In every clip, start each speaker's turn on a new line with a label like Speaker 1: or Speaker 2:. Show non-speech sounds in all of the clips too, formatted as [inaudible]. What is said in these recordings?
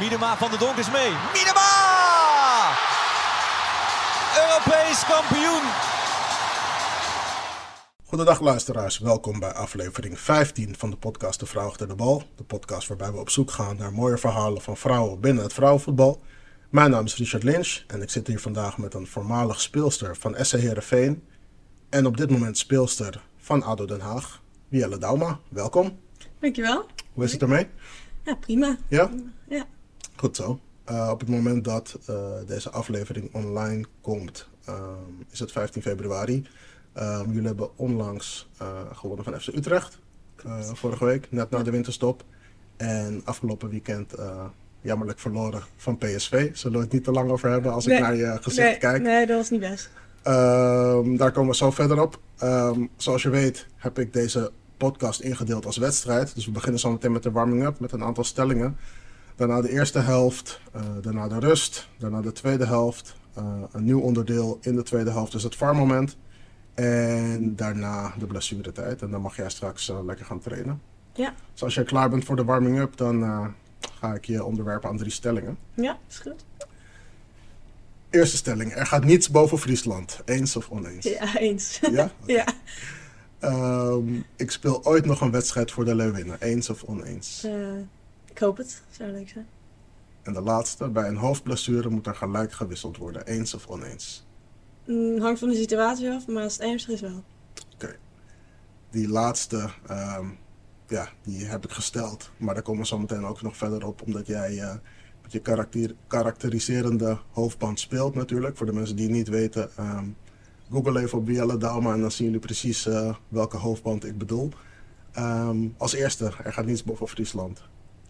Speaker 1: Miedema van de Donk is mee. Miedema! Europees kampioen.
Speaker 2: Goedendag luisteraars, welkom bij aflevering 15 van de podcast De Vrouw achter de bal. De podcast waarbij we op zoek gaan naar mooie verhalen van vrouwen binnen het vrouwenvoetbal. Mijn naam is Richard Lynch en ik zit hier vandaag met een voormalig speelster van SC Heerenveen. En op dit moment speelster van ADO Den Haag, Wielle Dauma. Welkom.
Speaker 3: Dankjewel.
Speaker 2: Hoe is het ermee?
Speaker 3: Ja, prima.
Speaker 2: Ja?
Speaker 3: Ja.
Speaker 2: Goed zo. Eh, op het moment dat eh, deze aflevering online komt, ehm, is het 15 februari. Ehm, jullie hebben onlangs eh, gewonnen van FC Utrecht. eh, vorige week, net na de winterstop. En afgelopen weekend eh, jammerlijk verloren van PSV. Zullen we het niet te lang over hebben als
Speaker 3: Nee.
Speaker 2: ik naar je gezicht
Speaker 3: Nee,
Speaker 2: kijk.
Speaker 3: nee, dat was niet best.
Speaker 2: Ehm, daar komen we zo verder op. Ehm, zoals je weet heb ik deze podcast ingedeeld als wedstrijd. Dus we beginnen zo meteen met de warming-up met een aantal stellingen. Daarna de eerste helft, eh, daarna de rust, daarna de tweede helft. eh, een nieuw onderdeel in de tweede helft is het VAR-moment. En daarna de blessuretijd. En dan mag jij straks eh, lekker gaan trainen.
Speaker 3: Ja.
Speaker 2: Dus als je klaar bent voor de warming-up, dan eh, ga ik je onderwerpen aan drie stellingen.
Speaker 3: Ja, is goed.
Speaker 2: Eerste stelling, er gaat niets boven Friesland. Eens of oneens?
Speaker 3: [laughs] Ja, eens.
Speaker 2: Ja?
Speaker 3: [laughs] ja.
Speaker 2: Ehm, ik speel ooit nog een wedstrijd voor de Leeuwinnen, eens of oneens.
Speaker 3: Eh, ik hoop het. Zou leuk zijn.
Speaker 2: En de laatste, bij een hoofdblessure moet er gelijk gewisseld worden, eens of oneens.
Speaker 3: Mm, hangt van de situatie af, maar als het ernstig is wel.
Speaker 2: Die laatste, ehm, ja, die heb ik gesteld, maar daar komen we zo meteen ook nog verder op, omdat jij eh, met je karakter- karakteriserende hoofdband speelt natuurlijk. Voor de mensen die het niet weten, ehm, google even op Bielle Dauma en dan zien jullie precies eh, welke hoofdband ik bedoel. Ehm, als eerste, er gaat niets boven Friesland.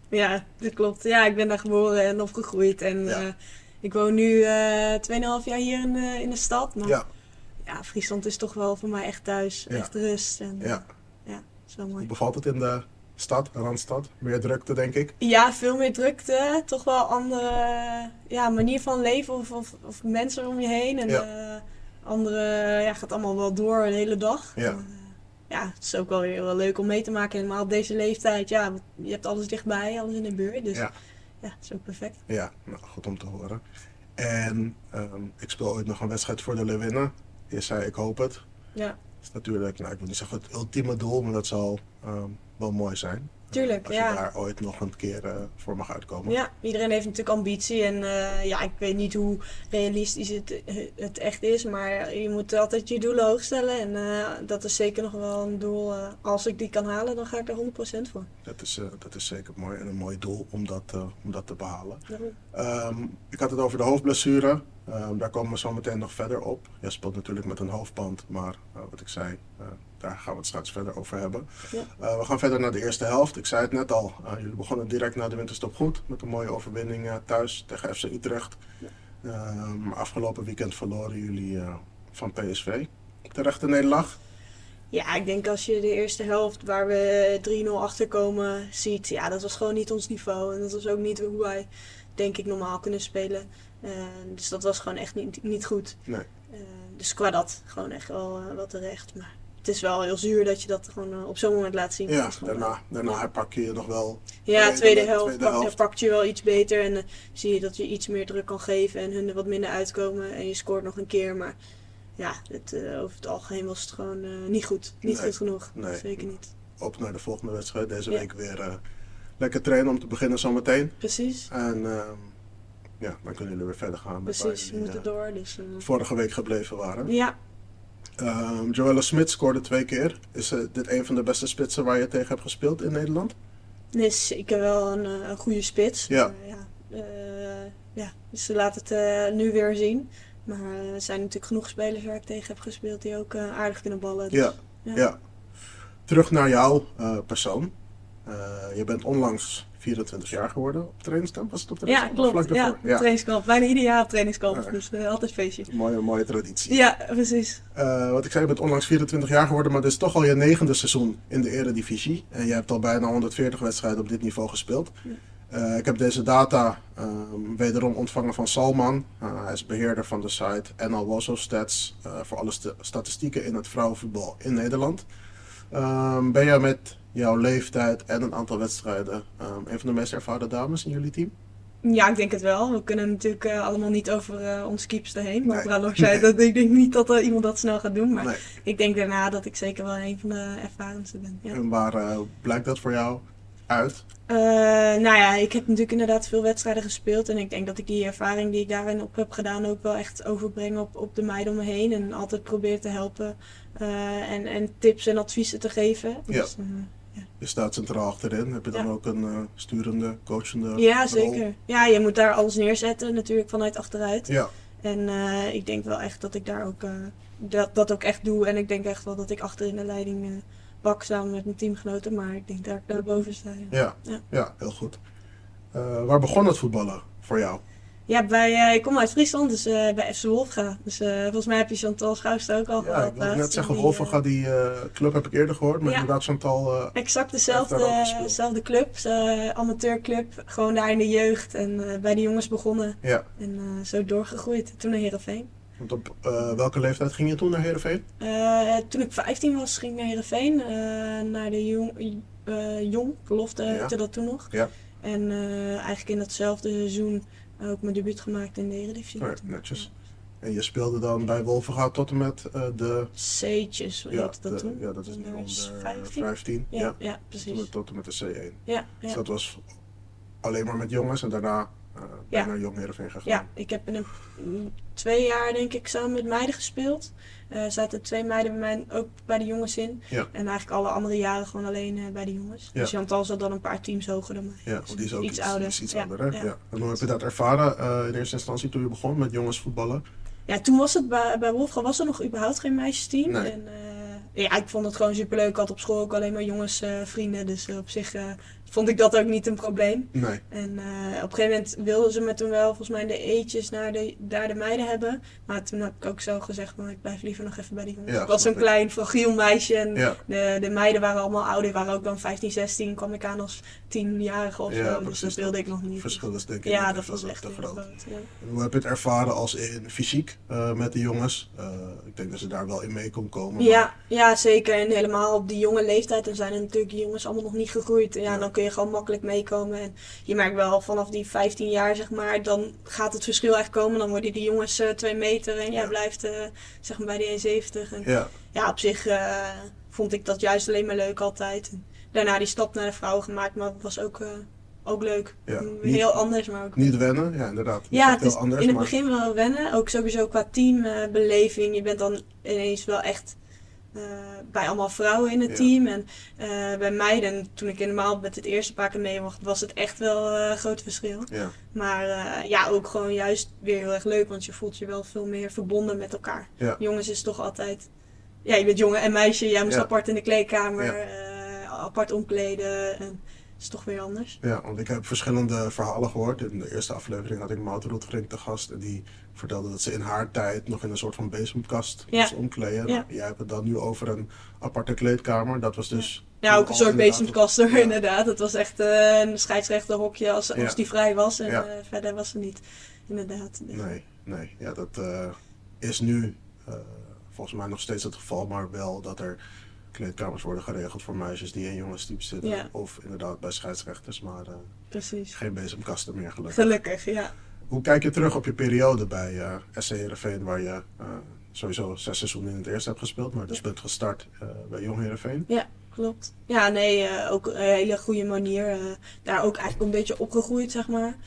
Speaker 3: Ja, dat klopt. Ja, ik ben daar geboren en opgegroeid. En
Speaker 2: Ja.
Speaker 3: eh, ik woon nu eh 2,5 jaar hier in, eh, in de stad. Maar
Speaker 2: Ja,
Speaker 3: ja, Friesland is toch wel voor mij echt thuis.
Speaker 2: Ja.
Speaker 3: Echt rust. En, eh,
Speaker 2: ja.
Speaker 3: ja, is wel mooi.
Speaker 2: Hoe bevalt het in de stad, Randstad? Meer drukte, denk ik.
Speaker 3: Ja, veel meer drukte. Toch wel andere ja, manier van leven of, of, of mensen om je heen. En
Speaker 2: Ja.
Speaker 3: eh, andere, ja, gaat allemaal wel door de hele dag.
Speaker 2: Ja.
Speaker 3: En, eh, ja, het is ook wel weer wel leuk om mee te maken. Helemaal op deze leeftijd. Ja, want je hebt alles dichtbij, alles in de buurt. Dus
Speaker 2: Ja.
Speaker 3: ja, het is ook perfect.
Speaker 2: Ja, nou, goed om te horen. En ehm, ik speel ooit nog een wedstrijd voor de Leeuwinnen. Je zei, ik hoop het.
Speaker 3: Ja,
Speaker 2: Dat is natuurlijk, nou, ik wil niet zeggen het ultieme doel, maar dat zal ehm, wel mooi zijn. Eh,
Speaker 3: Tuurlijk,
Speaker 2: Als
Speaker 3: ja.
Speaker 2: je daar ooit nog een keer eh, voor mag uitkomen.
Speaker 3: ja iedereen heeft natuurlijk ambitie. En eh, ja, ik weet niet hoe realistisch het, het echt is. Maar je moet altijd je doelen hoog stellen. En eh, dat is zeker nog wel een doel. eh, als ik die kan halen, dan ga ik er 100% voor.
Speaker 2: Dat, is, eh, dat is zeker mooi en een mooi doel om dat, eh, om dat te behalen.
Speaker 3: Daarom.
Speaker 2: Ehm, ik had het over de hoofdblessure. Ehm, daar komen we zo meteen nog verder op. Jij speelt natuurlijk met een hoofdband, maar eh, wat ik zei, eh, daar gaan we het straks verder over hebben.
Speaker 3: Ja.
Speaker 2: Eh, we gaan verder naar de eerste helft. Ik zei het net al, eh, jullie begonnen direct na de winterstop goed. Met een mooie overwinning eh, thuis tegen FC Utrecht. Ehm, afgelopen weekend verloren jullie eh, van PSV. Terechte nederlaag.
Speaker 3: Ja, ik denk als je de eerste helft waar we 3-0 achterkomen ziet, ja, dat was gewoon niet ons niveau. En dat was ook niet hoe wij, denk ik, normaal kunnen spelen. Eh, dus dat was gewoon echt niet, niet goed.
Speaker 2: Nee.
Speaker 3: Eh, dus qua dat gewoon echt wel eh, wat terecht. Maar het is wel heel zuur dat je dat gewoon eh, op zo'n moment laat zien.
Speaker 2: Ja,
Speaker 3: Dat is gewoon-
Speaker 2: daarna, daarna pak je nog wel.
Speaker 3: ja,
Speaker 2: Nee,
Speaker 3: tweede
Speaker 2: de
Speaker 3: helft,
Speaker 2: tweede
Speaker 3: pak-
Speaker 2: helft.
Speaker 3: pakt je wel iets beter. En eh, zie je dat je iets meer druk kan geven en hun er wat minder uitkomen. En je scoort nog een keer. Maar ja, het, eh, over het algemeen was het gewoon eh, niet goed. Niet
Speaker 2: Nee.
Speaker 3: goed genoeg.
Speaker 2: Nee.
Speaker 3: Zeker niet.
Speaker 2: Op naar de volgende wedstrijd. Deze
Speaker 3: Ja.
Speaker 2: week weer eh, lekker trainen om te beginnen zometeen.
Speaker 3: Precies.
Speaker 2: En ehm, ja, dan kunnen jullie weer verder gaan. met waar
Speaker 3: Precies, we
Speaker 2: jullie,
Speaker 3: moeten
Speaker 2: eh,
Speaker 3: door. Dus, eh,
Speaker 2: vorige week gebleven waren.
Speaker 3: ja,
Speaker 2: Ehm Joelle Smit scoorde twee keer. Is eh, dit een van de beste spitsen waar je tegen hebt gespeeld in Nederland?
Speaker 3: nee, is zeker dus wel een, eh, een goede spits.
Speaker 2: Ja.
Speaker 3: Maar ja, eh, ja, dus ze laten het eh, nu weer zien. Maar eh, er zijn natuurlijk genoeg spelers waar ik tegen heb gespeeld die ook eh, aardig kunnen ballen. Dus,
Speaker 2: Ja. Ja. Terug naar jouw eh, persoon. Eh, je bent onlangs 24 jaar geworden op trainingskamp. Was het op
Speaker 3: Ja,
Speaker 2: trainingskamp? Of
Speaker 3: klopt.
Speaker 2: vlak
Speaker 3: Ja,
Speaker 2: daarvoor? ja.
Speaker 3: trainingskamp. Bijna ieder jaar op trainingskamp.
Speaker 2: Ja.
Speaker 3: Dus eh, altijd feestje.
Speaker 2: Mooie, mooie traditie.
Speaker 3: Ja, precies.
Speaker 2: Eh, wat ik zei, je bent onlangs 24 jaar geworden, maar dit is toch al je negende seizoen in de Eredivisie. En je hebt al bijna 140 wedstrijden op dit niveau gespeeld. Eh, ik heb deze data ehm, wederom ontvangen van Salman. Eh, hij is beheerder van de site NL Wazo Stats eh, voor alle sta- statistieken in het vrouwenvoetbal in Nederland. Ehm, ben jij met jouw leeftijd en een aantal wedstrijden ehm, een van de meest ervaren dames in jullie team?
Speaker 3: Ja, ik denk het wel. We kunnen natuurlijk eh, allemaal niet over eh, onze keepers heen. Maar
Speaker 2: Nee.
Speaker 3: Bralog zei
Speaker 2: Nee.
Speaker 3: dat ik denk niet dat eh, iemand dat snel gaat doen. Maar
Speaker 2: Nee.
Speaker 3: ik denk daarna dat ik zeker wel een van de ervarensten ben. Ja.
Speaker 2: En waar eh, blijkt dat voor jou uit?
Speaker 3: Eh, nou ja, ik heb natuurlijk inderdaad veel wedstrijden gespeeld. En ik denk dat ik die ervaring die ik daarin op heb gedaan ook wel echt overbreng op, op de meiden om me heen. En altijd probeer te helpen eh, en, en tips en adviezen te geven.
Speaker 2: Ja.
Speaker 3: Dus, eh,
Speaker 2: Je staat centraal achterin. Heb je dan
Speaker 3: Ja.
Speaker 2: ook een eh, sturende, coachende
Speaker 3: ja,
Speaker 2: rol?
Speaker 3: zeker. Ja, je moet daar alles neerzetten natuurlijk vanuit achteruit.
Speaker 2: Ja,
Speaker 3: En eh, ik denk wel echt dat ik daar ook, eh, dat, dat ook echt doe. En ik denk echt wel dat ik achterin de leiding eh bak samen met mijn teamgenoten. Maar ik denk dat ik daar boven sta. ja.
Speaker 2: ja,
Speaker 3: Ja.
Speaker 2: ja. heel goed. Eh, waar begon het voetballen voor jou?
Speaker 3: Ja, bij, eh, ik kom uit Friesland, dus eh, bij FC Wolfga. Dus eh, volgens mij heb je Chantal Schouwster ook
Speaker 2: Ja,
Speaker 3: al gehad.
Speaker 2: ik wilde
Speaker 3: laatst.
Speaker 2: net zeggen,
Speaker 3: Die,
Speaker 2: Wolfenga, die eh, club heb ik eerder gehoord, maar
Speaker 3: Ja.
Speaker 2: inderdaad Chantal... eh
Speaker 3: eh, Exact
Speaker 2: Heeft daar
Speaker 3: dezelfde
Speaker 2: ook gespeeld.
Speaker 3: dezelfde club, eh, amateurclub. Gewoon daar in de jeugd en eh, bij de jongens begonnen.
Speaker 2: ja,
Speaker 3: En eh, zo doorgegroeid. Toen naar Heerenveen.
Speaker 2: want op eh, welke leeftijd ging je toen naar Heerenveen?
Speaker 3: Eh, toen ik 15 was, ging ik naar Heerenveen. eh, naar de jong, eh, jong belofte
Speaker 2: Ja.
Speaker 3: heette dat toen nog.
Speaker 2: Ja.
Speaker 3: En eh, eigenlijk in datzelfde seizoen ook mijn debuut gemaakt in de Eredivisie.
Speaker 2: Oh Ja, netjes. En je speelde dan bij Wolfenga tot en met eh, de...
Speaker 3: C'tjes, hoe heette dat
Speaker 2: de-
Speaker 3: toen?
Speaker 2: ja, dat is nu onder
Speaker 3: 15?
Speaker 2: 15.
Speaker 3: Ja,
Speaker 2: ja.
Speaker 3: ja,
Speaker 2: Tot
Speaker 3: precies.
Speaker 2: en- Tot en met de C1.
Speaker 3: Ja,
Speaker 2: Dus
Speaker 3: ja.
Speaker 2: dat was alleen maar met jongens en daarna eh ben
Speaker 3: Ja.
Speaker 2: je naar Jong Heerenveen
Speaker 3: ja,
Speaker 2: gegaan.
Speaker 3: ik heb in een, twee jaar denk ik samen met meiden gespeeld. Eh zaten twee meiden bij mij ook bij de jongens in.
Speaker 2: Ja.
Speaker 3: En eigenlijk alle andere jaren gewoon alleen eh, bij de jongens.
Speaker 2: Ja.
Speaker 3: Dus Chantal zat dan een paar teams hoger dan mij. Dus
Speaker 2: Ja, want die is ook
Speaker 3: iets
Speaker 2: iets,
Speaker 3: ouder.
Speaker 2: is iets
Speaker 3: Ja,
Speaker 2: ouder, hè?
Speaker 3: ja.
Speaker 2: Ja. En hoe heb je dat ervaren eh, in eerste instantie toen je begon met jongens voetballen?
Speaker 3: Ja, toen was het bij, bij Wolfga was er nog überhaupt geen meisjesteam.
Speaker 2: Nee.
Speaker 3: En eh, ja, ik vond het gewoon superleuk. Ik had op school ook alleen maar jongens, eh, vrienden. Dus eh, op zich eh, vond ik dat ook niet een probleem.
Speaker 2: Nee.
Speaker 3: En eh, op een gegeven moment wilden ze me toen wel volgens mij de eetjes naar de, daar de meiden hebben. Maar toen heb ik ook zo gezegd, maar ik blijf liever nog even bij die jongens.
Speaker 2: Ja,
Speaker 3: ik was zo'n
Speaker 2: snap ik.
Speaker 3: klein fragiel meisje en
Speaker 2: Ja,
Speaker 3: de, de meiden waren allemaal ouder. Die waren ook dan 15, 16, kwam ik aan als 10-jarige of
Speaker 2: Ja,
Speaker 3: zo. Dus
Speaker 2: precies.
Speaker 3: dat wilde ik nog niet.
Speaker 2: verschil is denk ik
Speaker 3: ja,
Speaker 2: niet
Speaker 3: dat
Speaker 2: echt
Speaker 3: was
Speaker 2: wel
Speaker 3: echt
Speaker 2: te
Speaker 3: heel
Speaker 2: groot.
Speaker 3: groot, ja.
Speaker 2: En hoe heb je het ervaren als in fysiek eh, met de jongens? Eh, ik denk dat ze daar wel in mee kon komen. maar-
Speaker 3: Ja, ja, zeker. En helemaal op die jonge leeftijd, dan zijn er natuurlijk die jongens allemaal nog niet gegroeid. En ja,
Speaker 2: Ja.
Speaker 3: dan kun je gewoon makkelijk meekomen. En je merkt wel, vanaf die 15 jaar, zeg maar, dan gaat het verschil echt komen. Dan worden die jongens eh, twee meter en jij
Speaker 2: Ja.
Speaker 3: blijft, eh, zeg maar, bij die 1,70. En
Speaker 2: ja.
Speaker 3: ja, op zich eh, vond ik dat juist alleen maar leuk altijd. En daarna die stap naar de vrouwen gemaakt, maar was ook, eh, ook leuk.
Speaker 2: Ja. Niet-
Speaker 3: Heel anders, maar ook
Speaker 2: Niet wennen, ja inderdaad.
Speaker 3: ja,
Speaker 2: Dat
Speaker 3: het
Speaker 2: is
Speaker 3: is
Speaker 2: heel anders,
Speaker 3: in het
Speaker 2: maar
Speaker 3: begin wel wennen. Ook sowieso qua teambeleving. Je bent dan ineens wel echt eh, bij allemaal vrouwen in het
Speaker 2: Ja.
Speaker 3: team. En eh, bij meiden, toen ik helemaal met het eerste paar keer mee mocht, was het echt wel eh, een groot verschil.
Speaker 2: ja.
Speaker 3: Maar eh, ja, ook gewoon juist weer heel erg leuk, want je voelt je wel veel meer verbonden met elkaar.
Speaker 2: Ja.
Speaker 3: Jongens is toch altijd... Ja, je bent jongen en meisje. Jij moest
Speaker 2: Ja.
Speaker 3: apart in de kleedkamer,
Speaker 2: Ja.
Speaker 3: eh, apart omkleden. En het is toch weer anders.
Speaker 2: Ja, want ik heb verschillende verhalen gehoord. In de eerste aflevering had ik Maud Roetvrink te gast. En die vertelde dat ze in haar tijd nog in een soort van bezemkast
Speaker 3: Ja.
Speaker 2: moest omkleden. Nou,
Speaker 3: Ja.
Speaker 2: Jij hebt het dan nu over een aparte kleedkamer. Dat was dus...
Speaker 3: Ja, ook
Speaker 2: al
Speaker 3: een soort
Speaker 2: inderdaad-
Speaker 3: bezemkaster
Speaker 2: Ja.
Speaker 3: inderdaad. Het was echt eh, een scheidsrechterhokje als, als
Speaker 2: Ja.
Speaker 3: die vrij was. En
Speaker 2: Ja.
Speaker 3: eh, verder was ze niet, inderdaad. Dus-
Speaker 2: Nee, nee. Ja, dat eh, is nu eh, volgens mij nog steeds het geval. Maar wel dat er kleedkamers worden geregeld voor meisjes die in jongenstype zitten.
Speaker 3: Ja.
Speaker 2: Of inderdaad bij scheidsrechters. Maar eh,
Speaker 3: Precies.
Speaker 2: geen bezemkasten meer gelukkig.
Speaker 3: Gelukkig, ja.
Speaker 2: Hoe kijk je terug op je periode bij eh SC Heerenveen, waar je eh, sowieso zes seizoenen in het eerste hebt gespeeld, maar dus bent gestart eh, bij Jong Heerenveen?
Speaker 3: Ja, klopt. Ja, nee, eh, ook een hele goede manier. eh, daar ook eigenlijk een beetje opgegroeid, zeg maar.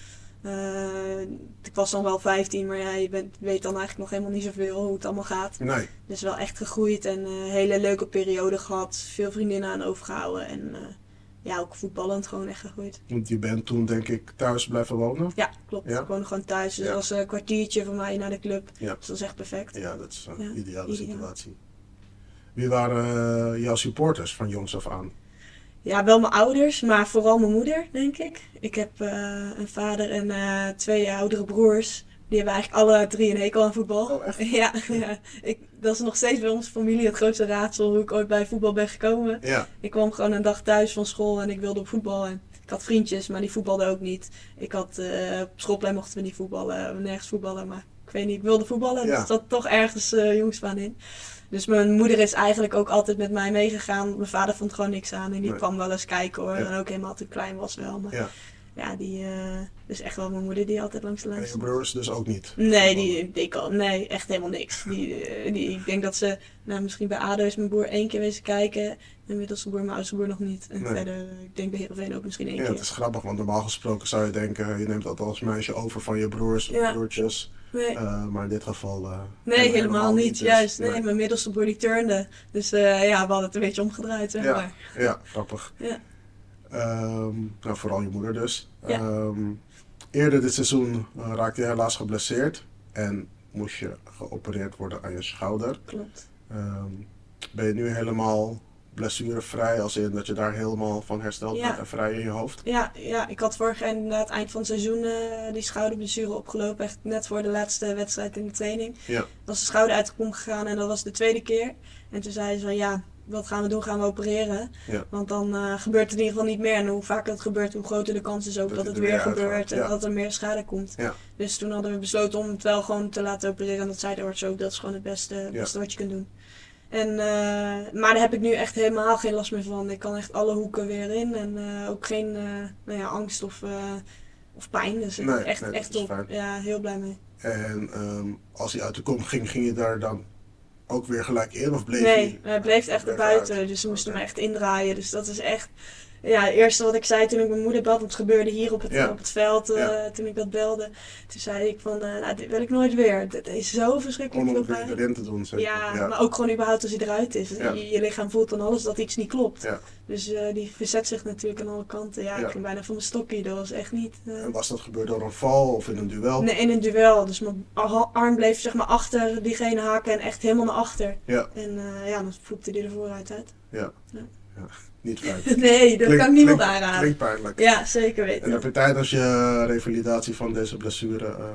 Speaker 3: Eh, ik was dan wel 15, maar ja, je bent, weet dan eigenlijk nog helemaal niet zoveel hoe het allemaal gaat.
Speaker 2: Nee,
Speaker 3: Dus wel echt gegroeid en eh, een hele leuke periode gehad. Veel vriendinnen aan overgehouden. En eh, ja, ook voetballend gewoon echt gegroeid.
Speaker 2: want je bent toen denk ik thuis blijven wonen.
Speaker 3: Ja, klopt.
Speaker 2: Ja?
Speaker 3: Ik woonde gewoon thuis. Dus
Speaker 2: Ja.
Speaker 3: dat was een kwartiertje van mij naar de club.
Speaker 2: Ja.
Speaker 3: Dus dat is echt perfect.
Speaker 2: Ja, dat is een
Speaker 3: Ja,
Speaker 2: ideale
Speaker 3: ideaal.
Speaker 2: situatie. Wie waren eh, jouw supporters van jongs af aan?
Speaker 3: Ja, wel mijn ouders, maar vooral mijn moeder, denk ik. Ik heb eh, een vader en eh, twee oudere broers. Die hebben eigenlijk alle drie een hekel aan voetbal.
Speaker 2: Oh, echt?
Speaker 3: [laughs] Ja, ja. Ik, dat is nog steeds bij onze familie het grootste raadsel hoe ik ooit bij voetbal ben gekomen.
Speaker 2: Ja,
Speaker 3: Ik kwam gewoon een dag thuis van school en ik wilde op voetbal. En ik had vriendjes, maar die voetbalden ook niet. Ik had, eh, op schoolplein mochten we niet voetballen, nergens voetballen. Maar ik weet niet, ik wilde voetballen.
Speaker 2: Ja.
Speaker 3: Dus dat toch ergens eh jongsbaan in. Dus mijn moeder is eigenlijk ook altijd met mij meegegaan. Mijn vader vond gewoon niks aan en die
Speaker 2: Nee.
Speaker 3: kwam wel eens kijken hoor.
Speaker 2: Ja.
Speaker 3: En ook helemaal toen ik klein was wel. Maar
Speaker 2: Ja.
Speaker 3: Ja, die eh, is echt wel mijn moeder die altijd langs de lijn
Speaker 2: En je
Speaker 3: stond.
Speaker 2: broers dus ook niet.
Speaker 3: Nee, die, die kan, nee, echt helemaal niks. Die, eh, die, ik denk dat ze, nou, misschien bij ADO is mijn broer één keer wezen kijken. En middelste broer, mijn oudste broer nog niet. En
Speaker 2: Nee.
Speaker 3: verder, eh, ik denk bij Heerenveen ook misschien één
Speaker 2: Ja, het
Speaker 3: keer.
Speaker 2: is grappig, want normaal gesproken zou je denken, je neemt dat als meisje over van je broers of
Speaker 3: Ja.
Speaker 2: broertjes.
Speaker 3: Nee,
Speaker 2: Eh, maar in dit geval. eh,
Speaker 3: nee helemaal, niet.
Speaker 2: dus-
Speaker 3: Juist, nee, mijn middelste broer die turnde. Dus eh, ja, we hadden het een beetje omgedraaid, zeg
Speaker 2: Ja.
Speaker 3: maar.
Speaker 2: Ja, grappig.
Speaker 3: Ja.
Speaker 2: Ehm, nou, vooral je moeder dus.
Speaker 3: Ja.
Speaker 2: Ehm, eerder dit seizoen eh, raakte je helaas geblesseerd en moest je geopereerd worden aan je schouder.
Speaker 3: Klopt.
Speaker 2: Ehm, ben je nu helemaal blessurevrij, als in dat je daar helemaal van hersteld
Speaker 3: Ja.
Speaker 2: bent en vrij in je hoofd?
Speaker 3: Ja, ja, ik had vorig jaar inderdaad eind van het seizoen eh, die schouderblessure opgelopen. Echt net voor de laatste wedstrijd in de training.
Speaker 2: Ja.
Speaker 3: was de schouder uit de kom gegaan en dat was de tweede keer. En toen zei ze van ja, wat gaan we doen? Gaan we opereren?
Speaker 2: Ja.
Speaker 3: Want dan eh, gebeurt het in ieder geval niet meer. En hoe vaker het gebeurt, hoe groter de kans is ook
Speaker 2: Dat het
Speaker 3: dat, het
Speaker 2: er
Speaker 3: weer
Speaker 2: weer uitgaat,
Speaker 3: gebeurt en
Speaker 2: ja.
Speaker 3: dat er meer schade komt.
Speaker 2: Ja.
Speaker 3: Dus toen hadden we besloten om het wel gewoon te laten opereren. En dat zei de arts ook, dat is gewoon het beste,
Speaker 2: Ja.
Speaker 3: beste wat je kunt doen. En, eh, maar daar heb ik nu echt helemaal geen last meer van. Ik kan echt alle hoeken weer in en eh, ook geen eh, nou ja, angst of, eh, of pijn. Dus het
Speaker 2: Nee,
Speaker 3: is echt,
Speaker 2: nee,
Speaker 3: echt
Speaker 2: dat is
Speaker 3: top.
Speaker 2: fijn.
Speaker 3: Ja, heel blij mee.
Speaker 2: En ehm, als hij uit de kom ging, ging je daar dan ook weer gelijk in of bleef
Speaker 3: Nee,
Speaker 2: je?
Speaker 3: hij bleef echt
Speaker 2: Bleef
Speaker 3: buiten,
Speaker 2: uit.
Speaker 3: dus ze moesten
Speaker 2: Oké.
Speaker 3: me echt indraaien. Dus dat is echt. Ja, het eerste wat ik zei toen ik mijn moeder belde, want het gebeurde hier op het,
Speaker 2: Ja.
Speaker 3: op het veld eh,
Speaker 2: Ja.
Speaker 3: toen ik dat belde. Toen zei ik van, eh, nou, dit wil ik nooit weer. Dit is zo verschrikkelijk
Speaker 2: Om
Speaker 3: veel
Speaker 2: het weer
Speaker 3: pijn.
Speaker 2: erin te doen, zeg
Speaker 3: Ja,
Speaker 2: maar. Ja.
Speaker 3: maar ook gewoon überhaupt als hij eruit is.
Speaker 2: Ja.
Speaker 3: Je, je lichaam voelt dan alles dat iets niet klopt.
Speaker 2: Ja.
Speaker 3: Dus eh, die verzet zich natuurlijk aan alle kanten. Ja,
Speaker 2: Ja.
Speaker 3: ik ging bijna van mijn stokje. Dat was echt niet... eh,
Speaker 2: En was dat gebeurd door een val of in een duel?
Speaker 3: Nee, in een duel. Dus mijn ar- arm bleef zeg maar achter diegene haken en echt helemaal naar achter.
Speaker 2: Ja.
Speaker 3: En eh, ja, dan vloepte hij er vooruit uit.
Speaker 2: Niet fijn.
Speaker 3: Nee, [laughs] dat
Speaker 2: Klink-
Speaker 3: kan ik niemand
Speaker 2: klink-
Speaker 3: aanraden.
Speaker 2: Klinkt pijnlijk.
Speaker 3: Ja, zeker
Speaker 2: En
Speaker 3: weten.
Speaker 2: heb je tijdens je revalidatie van deze blessure eh,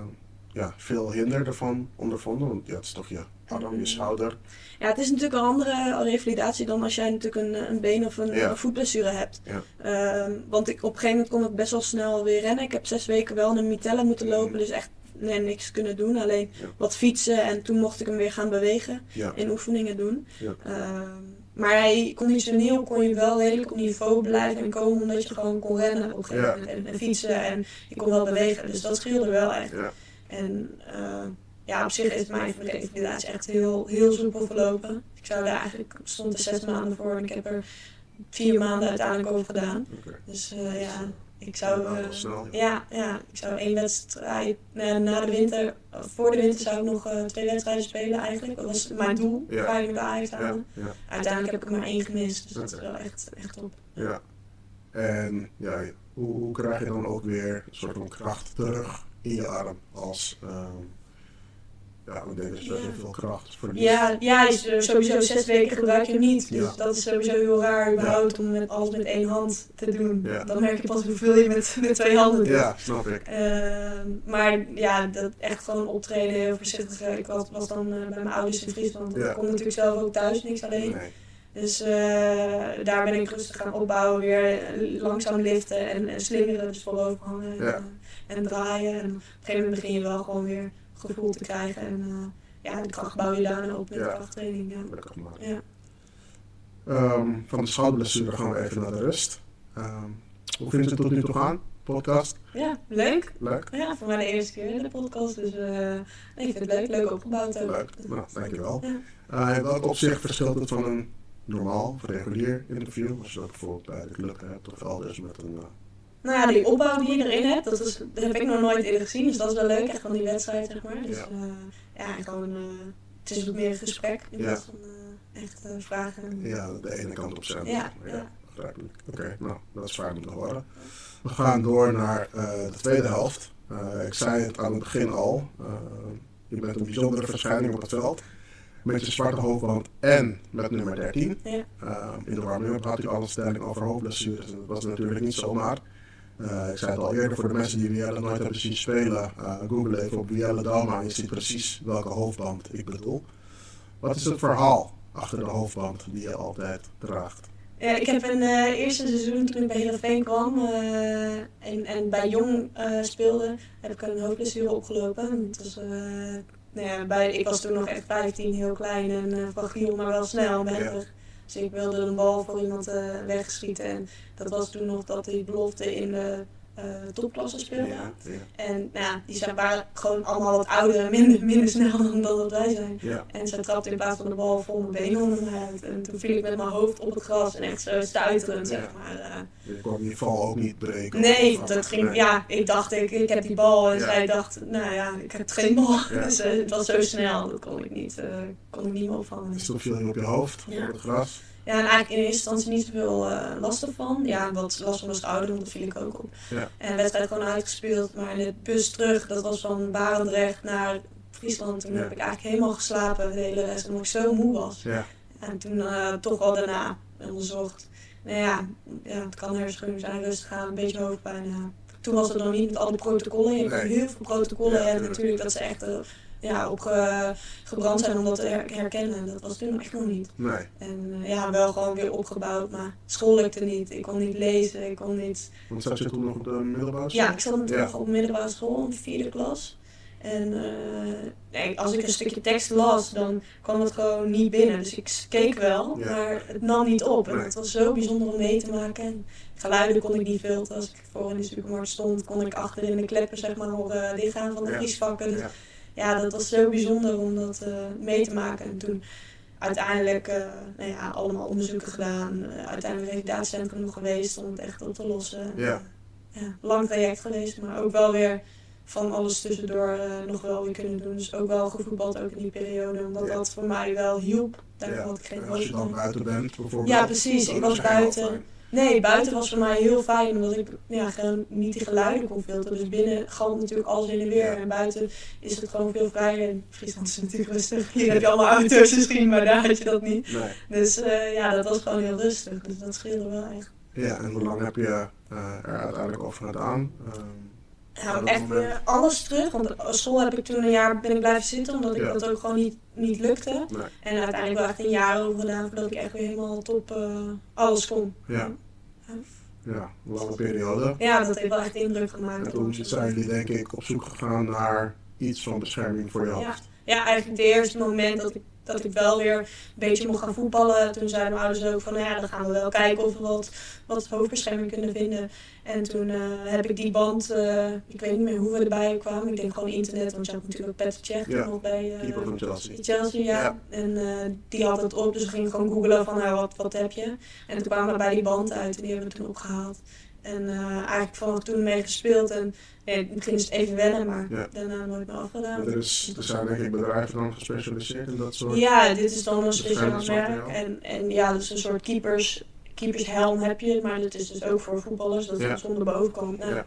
Speaker 2: ja, veel hinder ervan ondervonden? Want ja, het is toch je arm, je
Speaker 3: Mm.
Speaker 2: schouder.
Speaker 3: Ja, het is natuurlijk een andere revalidatie dan als jij natuurlijk een, een been of een,
Speaker 2: Ja.
Speaker 3: een voetblessure hebt.
Speaker 2: Ja.
Speaker 3: Ehm, want ik, op een gegeven moment kon ik best wel snel weer rennen. Ik heb zes weken wel een mitella moeten lopen, dus echt nee, niks kunnen doen. Alleen
Speaker 2: Mhm. Ja.
Speaker 3: wat fietsen en toen mocht ik hem weer gaan bewegen
Speaker 2: Ja,
Speaker 3: en oefeningen doen.
Speaker 2: Ja.
Speaker 3: Ehm, maar hij, conditioneel kon je wel redelijk op niveau blijven en komen omdat je gewoon kon rennen op een gegeven
Speaker 2: Ja.
Speaker 3: moment en, en fietsen en je kon wel bewegen. Dus dat scheelde wel echt.
Speaker 2: ja,
Speaker 3: En eh, ja, op zich is mijn revalidatie echt heel, heel soepel verlopen. Ik zou daar eigenlijk, ik stond er zes maanden voor en ik heb er vier maanden uiteindelijk over gedaan.
Speaker 2: oké.
Speaker 3: Dus eh, ja, ik
Speaker 2: Nou,
Speaker 3: zou, eh,
Speaker 2: wel snel. ja.
Speaker 3: ja, ja, ik zou één wedstrijd, eh, na de winter, eh, voor de winter zou ik nog eh, twee wedstrijden spelen eigenlijk. Dat was mijn doel,
Speaker 2: Ja.
Speaker 3: veilig bij Ajax
Speaker 2: Ja,
Speaker 3: halen.
Speaker 2: ja,
Speaker 3: Uiteindelijk heb ik er maar één gemist, dus dat is
Speaker 2: Oké.
Speaker 3: wel echt, echt top.
Speaker 2: ja. En ja, hoe, hoe krijg je dan ook weer een soort van kracht terug in je arm? Als, ehm, ja, we denken dat je
Speaker 3: Ja.
Speaker 2: veel kracht verliest.
Speaker 3: Ja, ja is er sowieso zes weken gebruik je hem niet. Dus
Speaker 2: Ja.
Speaker 3: dat is sowieso heel raar überhaupt om met alles met één hand te doen.
Speaker 2: Ja.
Speaker 3: Dan merk je pas hoeveel je met, met twee handen doet.
Speaker 2: Ja, snap ik.
Speaker 3: Ehm, maar ja, dat echt gewoon optreden heel voorzichtig. Ik was, was dan eh, bij mijn ouders in Friesland.
Speaker 2: Ja.
Speaker 3: Ik kon natuurlijk zelf ook thuis niks alleen.
Speaker 2: Nee.
Speaker 3: Dus eh, daar ben ik rustig gaan opbouwen. Weer langzaam liften en, en slingeren. Dus voorover hangen en,
Speaker 2: Ja.
Speaker 3: eh, en draaien. En op een gegeven moment begin je wel gewoon weer gevoel te krijgen. En eh, ja, de kracht bouw je daarna op met
Speaker 2: Ja.
Speaker 3: krachttraining. Ja.
Speaker 2: Gelukkig maar.
Speaker 3: Ja.
Speaker 2: Ehm, van de schouderblessure gaan we even naar de rust. Ehm, hoe vindt het tot nu toe gaan? Podcast?
Speaker 3: ja, leuk.
Speaker 2: Leuk?
Speaker 3: Ja, voor mij de eerste keer in de podcast. Dus eh, nee, ik vind het leuk. Leuk opgebouwd ook.
Speaker 2: Leuk. Nou, dankjewel.
Speaker 3: Ja.
Speaker 2: Eh, in welk opzicht verschilt het van een normaal of regulier interview? Als je dat bijvoorbeeld bij de club hebt of elders met een... eh,
Speaker 3: Nou ja, die opbouw die je erin hebt, dat, is, dat heb ik nog nooit eerder gezien. Dus dat is wel leuk, echt van die wedstrijd, zeg maar. Dus
Speaker 2: Ja.
Speaker 3: ja, ja en gewoon, eh, het is ook meer een gesprek in
Speaker 2: Ja.
Speaker 3: plaats van eh, echt eh, vragen.
Speaker 2: ja, de ene kant op zijn.
Speaker 3: Ja,
Speaker 2: ja.
Speaker 3: ja.
Speaker 2: Begrijpelijk. Oké, nou, dat is fijn om te horen. We gaan door naar eh, de tweede helft. Eh, ik zei het aan het begin al. eh, je bent een bijzondere verschijning op het veld. Met je zwarte hoofdband en met nummer 13.
Speaker 3: Ja.
Speaker 2: Eh, in de warming-up had u al een stelling over hoofdblessures. En dat was natuurlijk niet zomaar. Eh, ik zei het al eerder voor de mensen die Wielle nooit hebben zien spelen. eh, Google even op Wielle Dalma en je ziet precies welke hoofdband ik bedoel. Wat is het verhaal achter de hoofdband die je altijd draagt?
Speaker 3: Ja, ik heb een eh, eerste seizoen toen ik bij Heerenveen kwam eh, en, en bij Jong eh, speelde, heb ik een hoofdblessure opgelopen. Het was, eh, nou ja, bij, ik was toen nog echt 15, heel klein en eh, fragiel, maar wel snel en behendig. Dus ik wilde een bal voor iemand eh, wegschieten en dat was toen nog dat hij belofte in de eh topklasse speelden.
Speaker 4: Ja, ja,
Speaker 3: En nou ja, die zijn waren gewoon allemaal wat ouder en minder, minder snel dan dat wij zijn.
Speaker 4: ja.
Speaker 3: En ze trapte in plaats van de bal vol mijn benen onder mij uit. En toen viel ik met mijn hoofd op het gras en echt zo stuiterend, zeg maar. eh.
Speaker 4: Je
Speaker 2: kon die val ook niet breken.
Speaker 3: Nee,
Speaker 2: Of-
Speaker 3: dat ging,
Speaker 4: Nee.
Speaker 3: ja, ik dacht, ik, ik heb die bal. En
Speaker 4: Ja.
Speaker 3: zij dacht, nou ja, ik heb geen bal. [laughs]
Speaker 4: Ja.
Speaker 3: Dus eh, het was zo snel, dat kon ik niet, eh, kon ik niet meer opvangen.
Speaker 2: Dus toen viel hij op je hoofd,
Speaker 3: Ja.
Speaker 2: op het gras.
Speaker 3: Ja, en eigenlijk in eerste instantie niet zoveel eh last ervan. Ja, wat last van was ouder, want dat viel ik ook op.
Speaker 2: Ja.
Speaker 3: En de wedstrijd gewoon uitgespeeld, maar in de bus terug, dat was van Barendrecht naar Friesland. Toen
Speaker 4: Ja.
Speaker 3: heb ik eigenlijk helemaal geslapen de hele rest, omdat ik zo moe was.
Speaker 4: Ja.
Speaker 3: En toen eh, toch wel daarna onderzocht. Nou ja, ja het kan hersenschudding zijn, rustig aan, een beetje hoofdpijn. ja. Toen was het nog niet met al die protocollen. Je hebt
Speaker 2: Nee.
Speaker 3: heel veel protocollen
Speaker 4: Ja,
Speaker 3: en
Speaker 4: tuurlijk.
Speaker 3: natuurlijk dat ze echt eh, ja, op eh, gebrand zijn om dat te her- herkennen. Dat was toen echt nog niet.
Speaker 2: Nee.
Speaker 3: En eh, ja, wel gewoon weer opgebouwd, maar school lukte niet. Ik kon niet lezen, ik kon niet...
Speaker 2: Want zat je toen nog op de middelbare school?
Speaker 3: Ja, ik zat
Speaker 2: Ja.
Speaker 3: nog op middelbare school, in de vierde klas. En eh, nee, als ik een stukje tekst las, dan kwam het gewoon niet binnen. Dus ik keek wel,
Speaker 2: Ja.
Speaker 3: maar het nam niet op. En
Speaker 2: Nee.
Speaker 3: het was zo bijzonder om mee te maken. En geluiden kon ik niet filteren. Als ik voor in de supermarkt stond, kon ik achter in de kleppen zeg maar, horen dichtgaan van de
Speaker 2: Ja.
Speaker 3: vriesvakken. Dus
Speaker 2: Ja.
Speaker 3: ja, dat was zo bijzonder om dat eh, mee te maken. En toen uiteindelijk eh, nou ja, allemaal onderzoeken gedaan. Eh, uiteindelijk revalidatiecentrum nog geweest om het echt op te lossen.
Speaker 2: Ja.
Speaker 3: Eh, ja, lang traject geweest, maar ook wel weer van alles tussendoor eh, nog wel weer kunnen doen. Dus ook wel gevoetbald ook in die periode, omdat
Speaker 2: Ja.
Speaker 3: dat voor mij wel hielp. Daar
Speaker 2: Ja.
Speaker 3: had ik geen
Speaker 2: En als je
Speaker 3: hoofd
Speaker 2: dan
Speaker 3: van.
Speaker 2: buiten bent, bijvoorbeeld.
Speaker 3: Ja, precies.
Speaker 2: dan
Speaker 3: Ik
Speaker 2: is
Speaker 3: was
Speaker 2: het helemaal
Speaker 3: buiten.
Speaker 2: fijn.
Speaker 3: Nee, buiten was voor mij heel fijn, omdat ik ja, gewoon niet die geluiden kon filteren. Dus binnen galmt natuurlijk alles in en weer.
Speaker 2: Ja.
Speaker 3: En buiten is het gewoon veel vrijer. En Friesland is natuurlijk rustig. Hier heb je allemaal auto's misschien, maar daar had je dat niet.
Speaker 2: Nee.
Speaker 3: Dus eh, ja, dat was gewoon heel rustig. Dus dat scheelde wel echt.
Speaker 2: Ja, en hoe lang heb je eh, er uiteindelijk over gedaan? Ehm,
Speaker 3: Ja,
Speaker 2: dat
Speaker 3: echt
Speaker 2: moment.
Speaker 3: weer alles terug. Want op school heb ik toen een jaar ben ik blijven zitten, omdat ik
Speaker 2: Ja.
Speaker 3: dat ook gewoon niet, niet lukte.
Speaker 2: Nee.
Speaker 3: En uiteindelijk wel echt een jaar over gedaan, voordat ik echt weer helemaal top eh, alles kon.
Speaker 2: ja. Ja, een lange periode.
Speaker 3: Ja, dat heeft wel echt indruk gemaakt.
Speaker 2: En toen zijn jullie denk ik op zoek gegaan naar iets van bescherming voor je
Speaker 3: Ja.
Speaker 2: hoofd.
Speaker 3: Ja, eigenlijk het eerste moment dat ik, dat ik wel weer een beetje mocht gaan voetballen. Toen zeiden mijn ouders ook van, nou ja, dan gaan we wel kijken of we wat, wat hoofdbescherming kunnen vinden. En toen eh, heb ik die band, eh, ik weet niet meer hoe we erbij kwamen. Ik denk gewoon internet, want je had natuurlijk Petter Cech
Speaker 2: Ja,
Speaker 3: nog bij eh,
Speaker 2: Keeper van Chelsea.
Speaker 3: Chelsea. Ja.
Speaker 2: Ja.
Speaker 3: En eh, die had het op, dus we gingen gewoon googlen van, nou, wat, wat heb je? En toen kwamen we bij die band uit en die hebben we toen opgehaald. En eh, eigenlijk vanaf toen mee gespeeld. En nee, misschien is het even wennen, maar
Speaker 2: Ja.
Speaker 3: daarna nooit meer afgedaan.
Speaker 2: Want Er, is, er zijn denk ik bedrijven dan gespecialiseerd in dat soort.
Speaker 3: Ja, dit is dan een speciaal
Speaker 2: Beschermend
Speaker 3: merk.
Speaker 2: materiaal.
Speaker 3: En, en ja, dus een soort keepers, keepershelm heb je, maar dat is dus ook voor voetballers, dat is
Speaker 2: Ja.
Speaker 3: het zonder bovenkant. Nou,
Speaker 2: Ja.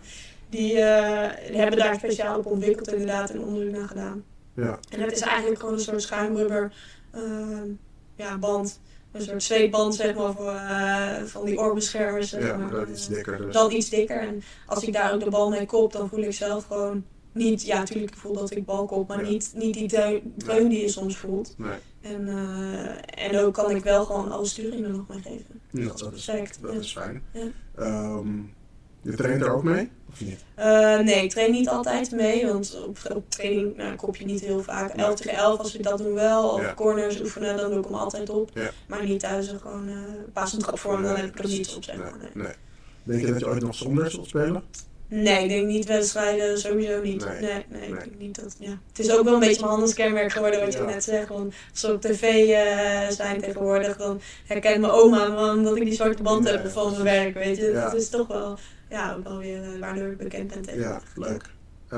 Speaker 3: die, eh, die hebben daar speciaal op ontwikkeld inderdaad en onderzoek naar gedaan.
Speaker 2: Ja.
Speaker 3: En dat is eigenlijk gewoon een soort schuimrubber ehm, ja, band. Een soort zweetband, zeg maar, voor, eh, van die oorbeschermers. zeg
Speaker 2: Ja,
Speaker 3: maar.
Speaker 2: maar dat is dikker. Dus.
Speaker 3: Dan iets dikker. En als ik daar ook de bal mee kop, dan voel ik zelf gewoon niet... Ja, natuurlijk ik voel dat ik bal kop, maar
Speaker 2: Ja.
Speaker 3: niet, niet die deun- dreun die je soms voelt.
Speaker 2: Nee.
Speaker 3: En, eh, en ook kan ik wel gewoon alle sturing er nog mee geven.
Speaker 2: Ja, dat is,
Speaker 3: Perfect.
Speaker 2: dat
Speaker 3: ja.
Speaker 2: is fijn.
Speaker 3: Ja.
Speaker 2: Ehm, je traint er ook mee? Of niet?
Speaker 3: Eh, nee, ik train niet altijd mee, want op, op training nou, kop je niet heel vaak. 11 tegen 11, als ik dat doe wel, of
Speaker 2: Ja.
Speaker 3: corners oefenen, dan doe ik hem altijd op.
Speaker 2: Ja.
Speaker 3: Maar niet thuis eh, gewoon eh paas een trap voor en dan heb ik er niets op, zeg maar.
Speaker 2: Nee.
Speaker 3: Nee.
Speaker 2: nee. Denk je dat je ooit nog zonder zult spelen?
Speaker 3: Nee, ik denk niet wedstrijden, sowieso niet. Nee,
Speaker 2: Nee.
Speaker 3: nee, ik
Speaker 2: Nee.
Speaker 3: denk niet dat, ja. Het is ook wel een beetje mijn handelskenmerk geworden, wat je
Speaker 2: Ja.
Speaker 3: net zegt. Want als we op tv eh, zijn tegenwoordig, dan herkent mijn oma me omdat ik die zwarte band
Speaker 2: Ja,
Speaker 3: heb
Speaker 2: ja.
Speaker 3: van mijn werk, weet je.
Speaker 2: Ja.
Speaker 3: Dat is toch wel, ja, ook wel weer eh, waardoor ik bekend ben
Speaker 2: Ja,
Speaker 3: tegenwoordig.
Speaker 2: leuk.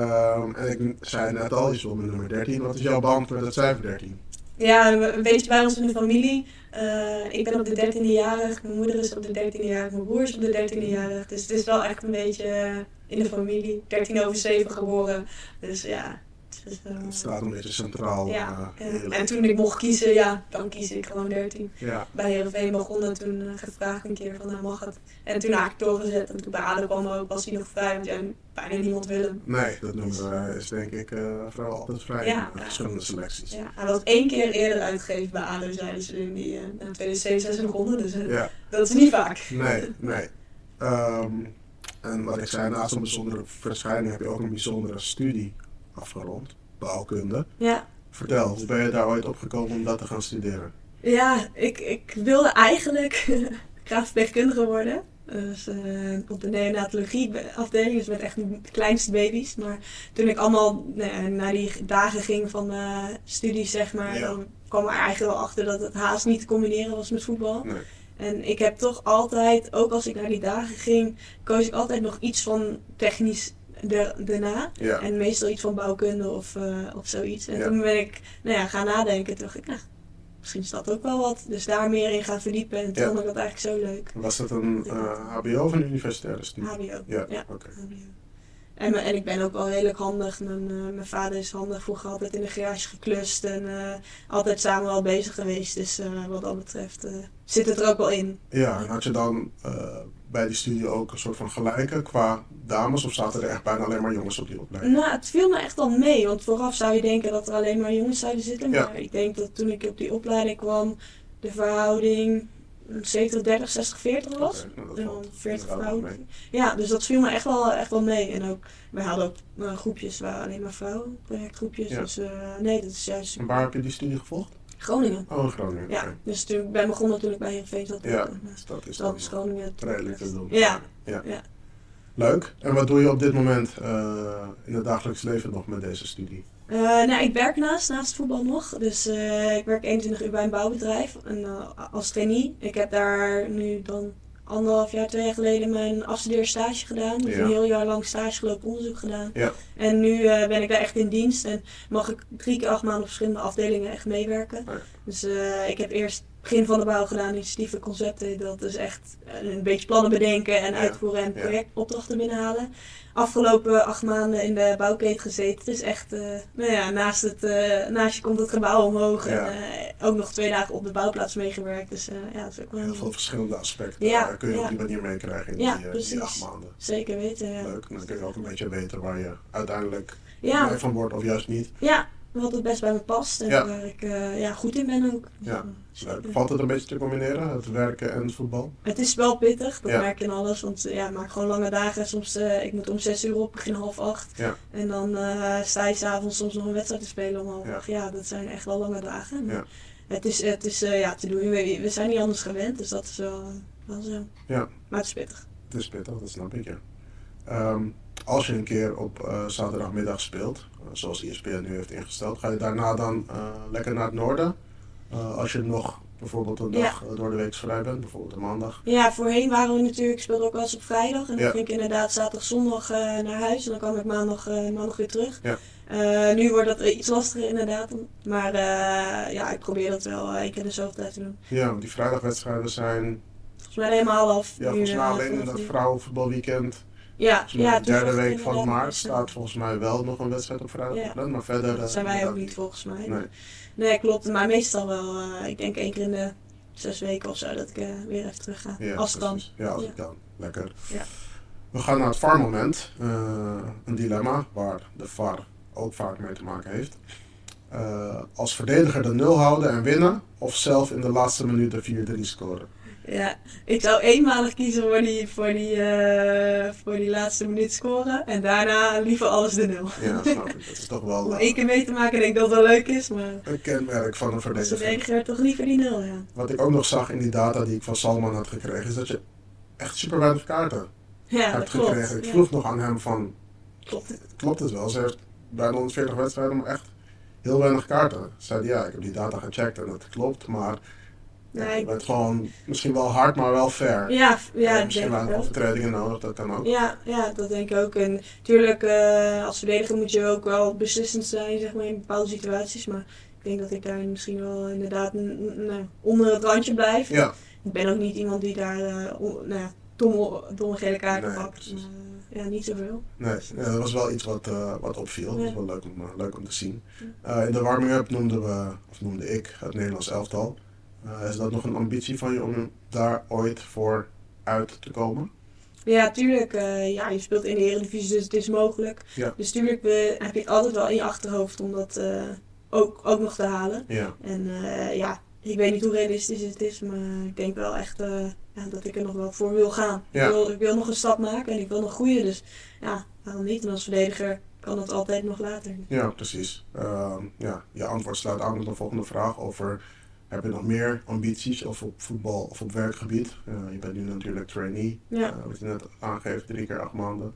Speaker 2: Ehm, en ik zei net al, je stond met nummer 13. Wat is jouw band met het cijfer 13?
Speaker 3: Ja, een beetje bij ons in de familie. Eh, ik ben op de dertiende jarig, mijn moeder is op de dertiende jarig, mijn broer is op de dertiende jarig. Dus het is wel echt een beetje eh, in de familie. 13 over 7 geboren. Dus ja, het is, eh,
Speaker 2: Het staat een beetje centraal.
Speaker 3: Ja,
Speaker 2: eh,
Speaker 3: ja.
Speaker 2: in je
Speaker 3: en
Speaker 2: leven.
Speaker 3: toen ik mocht kiezen, ja, dan kies ik gewoon 13.
Speaker 2: ja.
Speaker 3: Bij Heerenveen begonnen, toen eh, gevraagd een keer van, nou mag het. En toen eigenlijk doorgezet en toen bij ADO kwam ook, was hij nog vrij, want ja, bijna niemand wilde hem.
Speaker 2: Nee, dat nummer eh, is denk ik eh, vrijwel altijd vrij in
Speaker 3: Ja.
Speaker 2: eh, verschillende selecties.
Speaker 3: Ja, hij was één keer eerder uitgegeven bij ADO, zeiden ze in die eh, nou, 2007 begonnen, dus eh,
Speaker 2: Ja,
Speaker 3: dat is niet vaak.
Speaker 2: nee, nee. Ehm, en wat ik zei, naast een bijzondere verschijning heb je ook een bijzondere studie afgerond, bouwkunde.
Speaker 3: Ja,
Speaker 2: Vertel, hoe ben je daar ooit opgekomen om dat te gaan studeren?
Speaker 3: [laughs] Ja, ik, ik wilde eigenlijk graafverpleegkundige worden. Dus, eh, op de neonatologieafdeling, dus met echt de kleinste baby's. Maar toen ik allemaal nou ja, naar die dagen ging van eh studies, zeg maar,
Speaker 2: Ja.
Speaker 3: dan kwam er eigenlijk wel achter dat het haast niet te combineren was met voetbal.
Speaker 2: Nee.
Speaker 3: En ik heb toch altijd, ook als ik naar die dagen ging, koos ik altijd nog iets van technisch er- daarna.
Speaker 2: Ja.
Speaker 3: En meestal iets van bouwkunde of, eh, of zoiets. En
Speaker 2: Ja.
Speaker 3: toen ben ik nou ja, gaan nadenken. Toen dacht ik, nou, misschien is dat ook wel wat. Dus daar meer in gaan verdiepen. En toen
Speaker 2: Ja.
Speaker 3: vond ik dat eigenlijk zo leuk.
Speaker 2: Was dat een eh, HBO of een universitaire studie?
Speaker 3: HBO.
Speaker 2: Ja,
Speaker 3: Ja.
Speaker 2: oké.
Speaker 3: HBO. En, me- en ik ben ook wel redelijk handig. Mijn, eh, mijn vader is handig. Vroeger altijd in de garage geklust. En eh, altijd samen wel bezig geweest. Dus eh, wat dat betreft eh, zit het er ook wel in.
Speaker 2: Ja, en had je dan eh, bij die studie ook een soort van gelijke qua dames of zaten er echt bijna alleen maar jongens op die opleiding?
Speaker 3: Nou, het viel me echt wel mee. Want vooraf zou je denken dat er alleen maar jongens zouden zitten.
Speaker 2: Ja.
Speaker 3: Maar ik denk dat toen ik op die opleiding kwam, de verhouding 70, 30, 60, 40 was.
Speaker 2: Oké, nou, dat
Speaker 3: En
Speaker 2: valt
Speaker 3: dan 40
Speaker 2: inderdaad
Speaker 3: vrouwen.
Speaker 2: nog mee.
Speaker 3: Ja, dus dat viel me echt wel, echt wel mee. En ook, we hadden ook eh, groepjes waar alleen maar vrouwen, projectgroepjes.
Speaker 2: Ja.
Speaker 3: Dus eh, nee, dat is juist
Speaker 2: En waar heb je die studie gevolgd?
Speaker 3: Groningen.
Speaker 2: Oh, in Groningen.
Speaker 3: Ja,
Speaker 2: oké.
Speaker 3: dus toen ik ben begonnen toen ik bij Heerenveen zat.
Speaker 2: Ja.
Speaker 3: ook, eh,
Speaker 2: Dus dat is
Speaker 3: Dat
Speaker 2: dan
Speaker 3: is Groningen. het
Speaker 2: redelijk eh, te
Speaker 3: best.
Speaker 2: doen.
Speaker 3: Ja.
Speaker 2: ja.
Speaker 3: Ja.
Speaker 2: Leuk. En wat doe je op dit moment eh, in het dagelijks leven nog met deze studie?
Speaker 3: Eh, nou, ik werk naast, naast voetbal nog. Dus eh, ik werk 21 uur bij een bouwbedrijf en, eh, als trainee. Ik heb daar nu dan anderhalf jaar, twee jaar geleden mijn afstudeerstage gedaan. Dus
Speaker 2: Ja.
Speaker 3: een heel jaar lang stage gelopen onderzoek gedaan.
Speaker 2: Ja.
Speaker 3: En nu eh, ben ik daar echt in dienst en mag ik drie keer acht maanden op verschillende afdelingen echt meewerken.
Speaker 2: Ja.
Speaker 3: Dus eh, ik heb eerst begin van de bouw gedaan, initiatieven, concepten. Dat is echt eh, een beetje plannen bedenken en
Speaker 2: Ja.
Speaker 3: uitvoeren en
Speaker 2: Ja.
Speaker 3: projectopdrachten binnenhalen afgelopen acht maanden in de bouwketen gezeten. Het is echt, eh, nou ja, naast, het, eh, naast je komt het gebouw omhoog. En
Speaker 2: Ja.
Speaker 3: eh, ook nog twee dagen op de bouwplaats meegewerkt. Dus eh, ja, dat is ook wel
Speaker 2: Heel veel verschillende aspecten
Speaker 3: Ja,
Speaker 2: eh, kun je op
Speaker 3: ja.
Speaker 2: die manier meekrijgen in
Speaker 3: Ja,
Speaker 2: die, eh, die
Speaker 3: precies.
Speaker 2: acht maanden.
Speaker 3: zeker weten. Ja.
Speaker 2: Leuk. Nou, En dan kun je ook een beetje weten waar je uiteindelijk
Speaker 3: Ja,
Speaker 2: blij van wordt of juist niet.
Speaker 3: ja, wat het best bij me past en
Speaker 2: Ja.
Speaker 3: waar ik eh, ja, goed in ben ook. Dus,
Speaker 2: Ja,
Speaker 3: eh,
Speaker 2: Leuk.
Speaker 3: zeker.
Speaker 2: Valt het een beetje te combineren, het werken en het voetbal?
Speaker 3: Het is wel pittig, dat
Speaker 2: Ja.
Speaker 3: merk je in alles. Want eh, ja, ik maak gewoon lange dagen. Soms, eh, ik moet om zes uur op, begin half acht.
Speaker 2: Ja.
Speaker 3: En dan eh, sta je s'avonds soms nog een wedstrijd te spelen om half
Speaker 2: Ja.
Speaker 3: acht. Ja, dat zijn echt wel lange dagen. Maar
Speaker 2: Ja.
Speaker 3: Het is, het is eh, ja, te doen. We, we zijn niet anders gewend, dus dat is wel, eh, wel zo.
Speaker 2: Ja.
Speaker 3: Maar het is pittig.
Speaker 2: Het is pittig, dat snap Dus ik ja. Ehm, als je een keer op eh, zaterdagmiddag speelt, eh, zoals ESPN nu heeft ingesteld, ga je daarna dan eh, lekker naar het noorden? Eh, als je nog bijvoorbeeld een
Speaker 3: Ja.
Speaker 2: dag eh, door de week vrij bent, bijvoorbeeld een maandag.
Speaker 3: Ja, voorheen waren we natuurlijk, ik speelde ook wel eens op vrijdag. En dan
Speaker 2: Ja.
Speaker 3: ging ik inderdaad zaterdag, zondag eh, naar huis. En dan kwam ik maandag, eh, maandag weer terug.
Speaker 2: Ja.
Speaker 3: Eh, nu wordt dat iets lastiger inderdaad. Maar eh, ja, ik probeer dat wel eh, één keer in de zoveel tijd te doen.
Speaker 2: Ja, want die vrijdagwedstrijden zijn
Speaker 3: Volgens mij helemaal af.
Speaker 2: ja, volgens mij alleen in dat vrouwenvoetbalweekend.
Speaker 3: eh, Ja, dus
Speaker 2: Volgens mij
Speaker 3: ja,
Speaker 2: de
Speaker 3: toen
Speaker 2: derde
Speaker 3: volgens
Speaker 2: week
Speaker 3: mij
Speaker 2: van
Speaker 3: inderdaad.
Speaker 2: maart staat volgens mij wel nog een wedstrijd op vrijdag
Speaker 3: Ja.
Speaker 2: gepland, maar verder... eh,
Speaker 3: Dat zijn wij ook
Speaker 2: inderdaad
Speaker 3: niet volgens mij.
Speaker 2: Nee.
Speaker 3: Nee, klopt. Maar meestal wel, eh, ik denk één keer in de zes weken of zo, dat ik eh, weer even terug ga.
Speaker 2: Ja,
Speaker 3: als het kan.
Speaker 2: precies. Ja, als
Speaker 3: Ja.
Speaker 2: het kan. Lekker.
Speaker 3: Ja.
Speaker 2: We gaan naar het VAR-moment. Eh, een dilemma waar de VAR ook vaak mee te maken heeft. Eh, als verdediger de nul houden en winnen, of zelf in de laatste minuut de 4-3 scoren.
Speaker 3: Ja, ik zou eenmalig kiezen voor die, voor die, eh, voor die laatste minuut scoren. En daarna liever alles de nul.
Speaker 2: Ja, snap ik. Dat is toch wel
Speaker 3: [laughs] Om
Speaker 2: eh,
Speaker 3: één keer mee te maken denk ik dat wel leuk is, maar
Speaker 2: een kenmerk van een
Speaker 3: als
Speaker 2: verdediger.
Speaker 3: verdediger toch liever die nul, ja.
Speaker 2: Wat ik ook nog zag in die data die ik van Salman had gekregen, is dat je echt super weinig kaarten
Speaker 3: Ja, dat
Speaker 2: hebt
Speaker 3: klopt.
Speaker 2: gekregen. Ik
Speaker 3: Ja,
Speaker 2: vroeg nog aan hem van,
Speaker 3: klopt.
Speaker 2: klopt het wel. Ze heeft bijna 140 wedstrijden, maar echt heel weinig kaarten. Ze zei ja, ik heb die data gecheckt en dat klopt, maar ja,
Speaker 3: Nee,
Speaker 2: je bent gewoon misschien wel hard, maar wel fair.
Speaker 3: Ja, f- ja,
Speaker 2: En
Speaker 3: ik
Speaker 2: misschien
Speaker 3: denk
Speaker 2: weinig
Speaker 3: wel.
Speaker 2: overtredingen nodig, dat kan ook.
Speaker 3: Ja, ja, dat denk ik ook. En natuurlijk, eh, als verdediger moet je ook wel beslissend zijn zeg maar, in bepaalde situaties. Maar ik denk dat ik daar misschien wel inderdaad n- n- nou, onder het randje blijf.
Speaker 2: Ja,
Speaker 3: Ik ben ook niet iemand die daar eh, on- nou, ja, domme, domme gele kaarten
Speaker 2: Nee,
Speaker 3: pakt.
Speaker 2: precies.
Speaker 3: Maar, eh, ja, niet zoveel.
Speaker 2: nee, nee, dat was wel iets wat, eh, wat opviel. Dat
Speaker 3: Ja.
Speaker 2: is wel leuk om, eh, leuk om te zien. Eh, in de warming-up noemden we, of noemde ik, het Nederlands elftal. Eh, is dat nog een ambitie van je om daar ooit voor uit te komen?
Speaker 3: Ja, tuurlijk. eh, ja, je speelt in de Eredivisie, dus het is mogelijk.
Speaker 2: Ja.
Speaker 3: Dus tuurlijk eh, heb je het altijd wel in je achterhoofd om dat eh, ook, ook nog te halen.
Speaker 2: Ja,
Speaker 3: En eh, ja, ik weet niet hoe realistisch het is, maar ik denk wel echt eh, ja, dat ik er nog wel voor wil gaan.
Speaker 2: Ja.
Speaker 3: Ik, wil, ik wil nog een stap maken en ik wil nog groeien, dus ja, waarom niet? En als verdediger kan dat altijd nog later.
Speaker 2: Ehm, ja precies. Eh, ja, je antwoord sluit aan op de volgende vraag over Heb je nog meer ambities of op voetbal of op werkgebied? Eh, je bent nu natuurlijk trainee.
Speaker 3: Ja.
Speaker 2: Eh, wat je net aangeeft, drie keer acht maanden.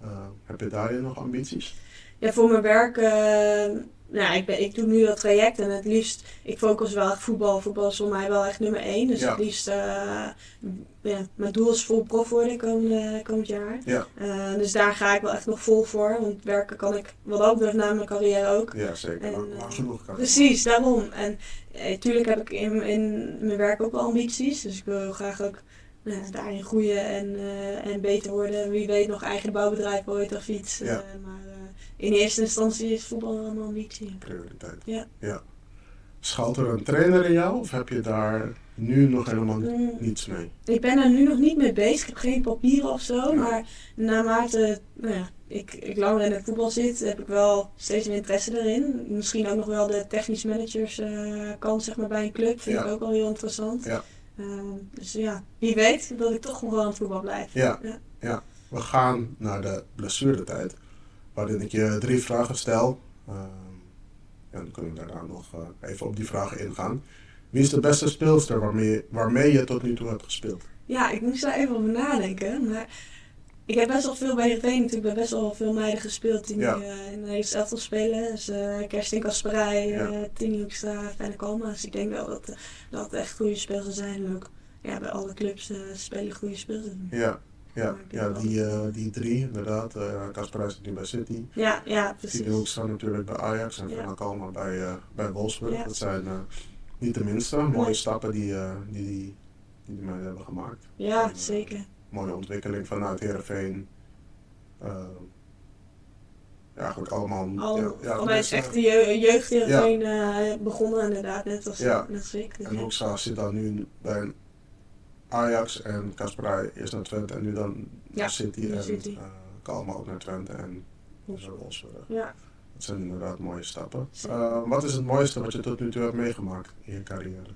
Speaker 2: Eh, heb je daarin nog ambities?
Speaker 3: Ja, voor mijn werk, eh, nou, ik, ben, ik doe nu dat traject en het liefst, ik focus wel echt voetbal. Voetbal is voor mij wel echt nummer één. Dus
Speaker 2: Ja.
Speaker 3: het liefst, eh, ja, mijn doel is vol prof worden komende, komend jaar.
Speaker 2: Ja,
Speaker 3: Eh, dus daar ga ik wel echt nog vol voor, want werken kan ik wat dat betreft na mijn carrière ook.
Speaker 2: ja zeker.
Speaker 3: En,
Speaker 2: Lang,
Speaker 3: eh,
Speaker 2: lang genoeg kan het.
Speaker 3: Precies, daarom. En natuurlijk heb ik in, in mijn werk ook wel ambities, dus ik wil graag ook nou ja, daarin groeien en, eh, en beter worden. Wie weet nog eigen bouwbedrijf ooit of iets.
Speaker 2: Ja.
Speaker 3: Eh, maar eh, in eerste instantie is voetbal wel een ambitie.
Speaker 2: prioriteit.
Speaker 3: Ja.
Speaker 2: ja. Schuilt er een trainer in jou of heb je daar nu nog helemaal ni-
Speaker 3: Mm,
Speaker 2: niets mee?
Speaker 3: ik ben er nu nog niet mee bezig. Ik heb geen papieren of zo. Maar naarmate nou ja, ik, ik langer in het voetbal zit, heb ik wel steeds meer interesse erin. Misschien ook nog wel de technisch managers eh, kant zeg maar, bij een club. Vind
Speaker 2: Ja.
Speaker 3: ik ook wel heel interessant.
Speaker 2: Ja.
Speaker 3: Eh, dus ja, wie weet dat ik toch nog wel aan het voetbal blijf.
Speaker 2: Ja.
Speaker 3: Ja.
Speaker 2: ja. We gaan naar de blessuretijd, waarin ik je drie vragen stel. Ehm, ja, dan kunnen we daarna nog eh, even op die vragen ingaan. Wie is de beste speelster waarmee, waarmee je tot nu toe hebt gespeeld?
Speaker 3: Ja, ik moest daar even over nadenken. Maar ik heb best wel veel bij BGV natuurlijk. Ik ben best wel veel meiden gespeeld die
Speaker 2: Ja.
Speaker 3: nu, eh, in de Nederlandse elftal spelen. Dus eh, Kerstin Kasperij,
Speaker 2: Ja.
Speaker 3: eh Tini Hoekstra, Fenne Kalmaas. Ik denk wel dat, eh, dat echt goede speelsters zijn. En ook ja, bij alle clubs eh, spelen goede speelsters.
Speaker 2: Ja, ja, ja die, eh, die drie inderdaad. Eh, ja, Kasper Ruijs zit nu bij City.
Speaker 3: Ja, ja, precies.
Speaker 2: Tine Hoekstra natuurlijk bij Ajax en
Speaker 3: Ja.
Speaker 2: Van Kalma bij, eh, bij Wolfsburg.
Speaker 3: Ja.
Speaker 2: Dat zijn eh, niet de minste mooie
Speaker 3: Nee.
Speaker 2: stappen die, eh die, die, die de meiden hebben gemaakt.
Speaker 3: Ja, zeker.
Speaker 2: mooie ontwikkeling vanuit Heerenveen. Eh, ja, eigenlijk allemaal...
Speaker 3: Al,
Speaker 2: ja, ja,
Speaker 3: al bij het
Speaker 2: mensen-
Speaker 3: echte je, jeugd hierheen eh, begonnen inderdaad, net als,
Speaker 2: Ja.
Speaker 3: net als ik. Dus
Speaker 2: En
Speaker 3: ja.
Speaker 2: Hoekstra zit dan nu bij Ajax en Kasperij eerst naar Twente en nu dan
Speaker 3: Ja,
Speaker 2: naar City.
Speaker 3: nu
Speaker 2: En
Speaker 3: City.
Speaker 2: eh, Kalma ook naar Twente en zo Wolfsburg.
Speaker 3: Ja.
Speaker 2: Dat zijn inderdaad mooie stappen.
Speaker 3: Zeker.
Speaker 2: Eh, wat is het mooiste wat je tot nu toe hebt meegemaakt in je carrière?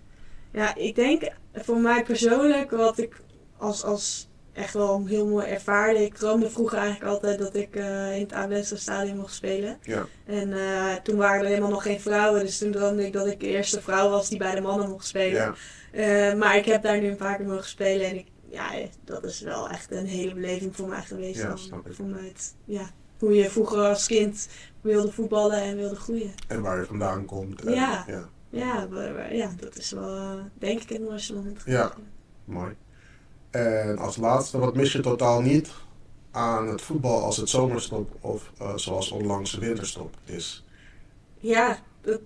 Speaker 3: Ja, ik denk voor mij persoonlijk, wat ik als, als echt wel heel mooi ervaarde. Ik droomde vroeger eigenlijk altijd dat ik eh, in het Abelense stadion mocht spelen.
Speaker 2: Ja,
Speaker 3: En eh, toen waren er helemaal nog geen vrouwen, dus toen droomde ik dat ik de eerste vrouw was die bij de mannen mocht spelen.
Speaker 2: ja,
Speaker 3: Eh, maar ik heb daar nu een paar keer mogen spelen en ik, ja, dat is wel echt een hele beleving voor mij geweest.
Speaker 2: Ja,
Speaker 3: om-
Speaker 2: snap ik.
Speaker 3: Vanuit, ja, hoe je vroeger als kind wilde voetballen en wilde groeien.
Speaker 2: en waar je vandaan komt. en-
Speaker 3: Ja.
Speaker 2: ja.
Speaker 3: Ja, maar- maar ja dat is wel, eh, denk ik, een mooiste moment.
Speaker 2: Ja. Mooi. En als laatste, wat mis je totaal niet aan het voetbal als het zomerstop of eh, zoals onlangs de winterstop is?
Speaker 3: Ja, dat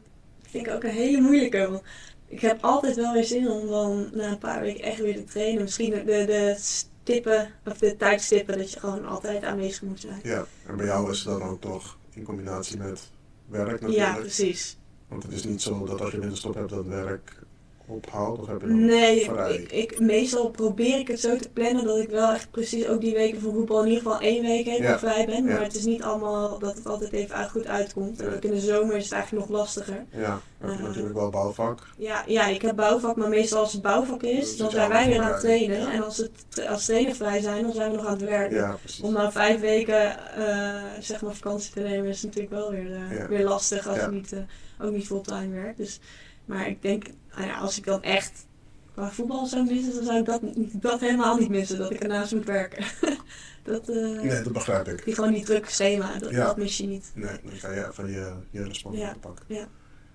Speaker 3: vind ik ook een hele moeilijke. Want ik heb altijd wel weer zin om dan na een paar weken echt weer te trainen. Misschien de, de stippen, of de tijdstippen, dat je gewoon altijd aanwezig moet zijn.
Speaker 2: Ja, en bij jou is het dan ook toch in combinatie met werk
Speaker 3: Ja,
Speaker 2: natuurlijk.
Speaker 3: precies.
Speaker 2: Want het is niet zo dat als je winterstop hebt dat werk ophoudt of heb je dan
Speaker 3: Nee,
Speaker 2: vrij.
Speaker 3: ik, ik, meestal probeer ik het zo te plannen dat ik wel echt precies ook die weken van voetbal in ieder geval één week helemaal
Speaker 2: Ja,
Speaker 3: vrij ben.
Speaker 2: ja.
Speaker 3: Maar het is niet allemaal dat het altijd even uit- goed uitkomt. En
Speaker 2: Nee.
Speaker 3: ook in de zomer is het eigenlijk nog lastiger.
Speaker 2: Ja, dan heb je
Speaker 3: Eh.
Speaker 2: natuurlijk wel bouwvak.
Speaker 3: Ja, ja, ik heb bouwvak, maar meestal als het bouwvak is, dan
Speaker 2: Dan
Speaker 3: zijn
Speaker 2: zijn
Speaker 3: wij
Speaker 2: we
Speaker 3: weer aan het
Speaker 2: vrij,
Speaker 3: trainen.
Speaker 2: ja.
Speaker 3: En als, het, tra- als trainen vrij zijn, dan zijn we nog aan het werken.
Speaker 2: Ja,
Speaker 3: Om
Speaker 2: precies.
Speaker 3: nou vijf weken eh, zeg maar vakantie te nemen is natuurlijk wel weer, eh,
Speaker 2: Ja.
Speaker 3: weer lastig als
Speaker 2: Ja.
Speaker 3: je niet, eh, ook niet fulltime werkt. Dus, maar ik denk, nou ja, als ik dan echt qua voetbal zou missen, dan zou ik dat, dat helemaal niet missen. Dat ik ernaast moet werken. [laughs] dat, eh,
Speaker 2: Nee, dat begrijp ik.
Speaker 3: Die gewoon die drukke schema, dat,
Speaker 2: Ja.
Speaker 3: dat mis je niet.
Speaker 2: Nee, dan ga je even je, je respons
Speaker 3: Ja,
Speaker 2: pakken.
Speaker 3: ja.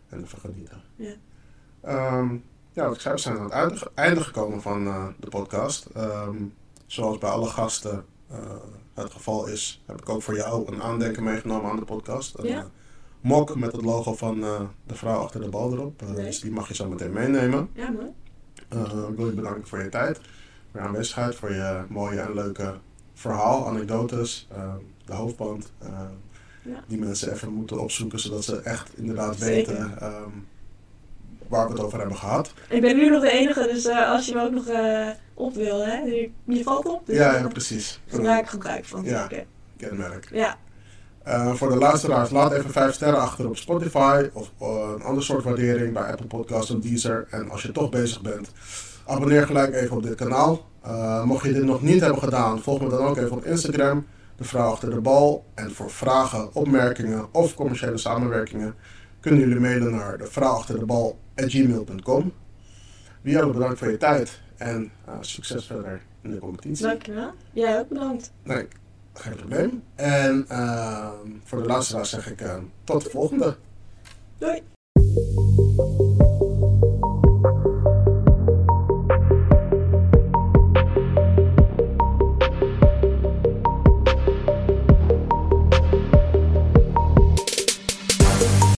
Speaker 2: En even genieten.
Speaker 3: Ja.
Speaker 2: Ehm, ja, wat ik zei, we zijn aan het einde- einde gekomen van eh, de podcast. Ehm, zoals bij alle gasten eh, het geval is, heb ik ook voor jou een aandenken meegenomen aan de podcast. Een
Speaker 3: Ja.
Speaker 2: eh, mok met het logo van eh, de vrouw achter de bal erop. Eh,
Speaker 3: Leuk.
Speaker 2: Dus die mag je zo meteen meenemen.
Speaker 3: Ja, mooi.
Speaker 2: Eh, ik wil je bedanken voor je tijd, voor je aanwezigheid, voor je mooie en leuke verhaal, anekdotes, eh, de hoofdband. eh,
Speaker 3: Ja.
Speaker 2: Die mensen even moeten opzoeken, zodat ze echt inderdaad
Speaker 3: Zeker.
Speaker 2: weten ehm, waar we het over hebben gehad.
Speaker 3: Ik ben nu nog de enige, dus eh, als je me ook nog eh, op wil, hè, je, je valt op. Dus
Speaker 2: ja,
Speaker 3: eh,
Speaker 2: ja, precies.
Speaker 3: daar maak ik gebruik van.
Speaker 2: Ja.
Speaker 3: zeker.
Speaker 2: Kenmerk.
Speaker 3: ja.
Speaker 2: Eh, voor de luisteraars, laat even 5 sterren achter op Spotify of eh, een ander soort waardering bij Apple Podcasts of Deezer. En als je toch bezig bent, abonneer gelijk even op dit kanaal. Eh, mocht je dit nog niet hebben gedaan, volg me dan ook even op Instagram, de vrouw achter de bal. En voor vragen, opmerkingen of commerciële samenwerkingen kunnen jullie mailen naar de vrouw achter de bal gmail.com. Wielle, bedankt voor je tijd en eh, succes verder in de competitie.
Speaker 3: Dankjewel. Jij ook bedankt.
Speaker 2: Nee, geen probleem. En ehm, voor de luisteraars zeg ik ehm, tot de volgende.
Speaker 3: Doei.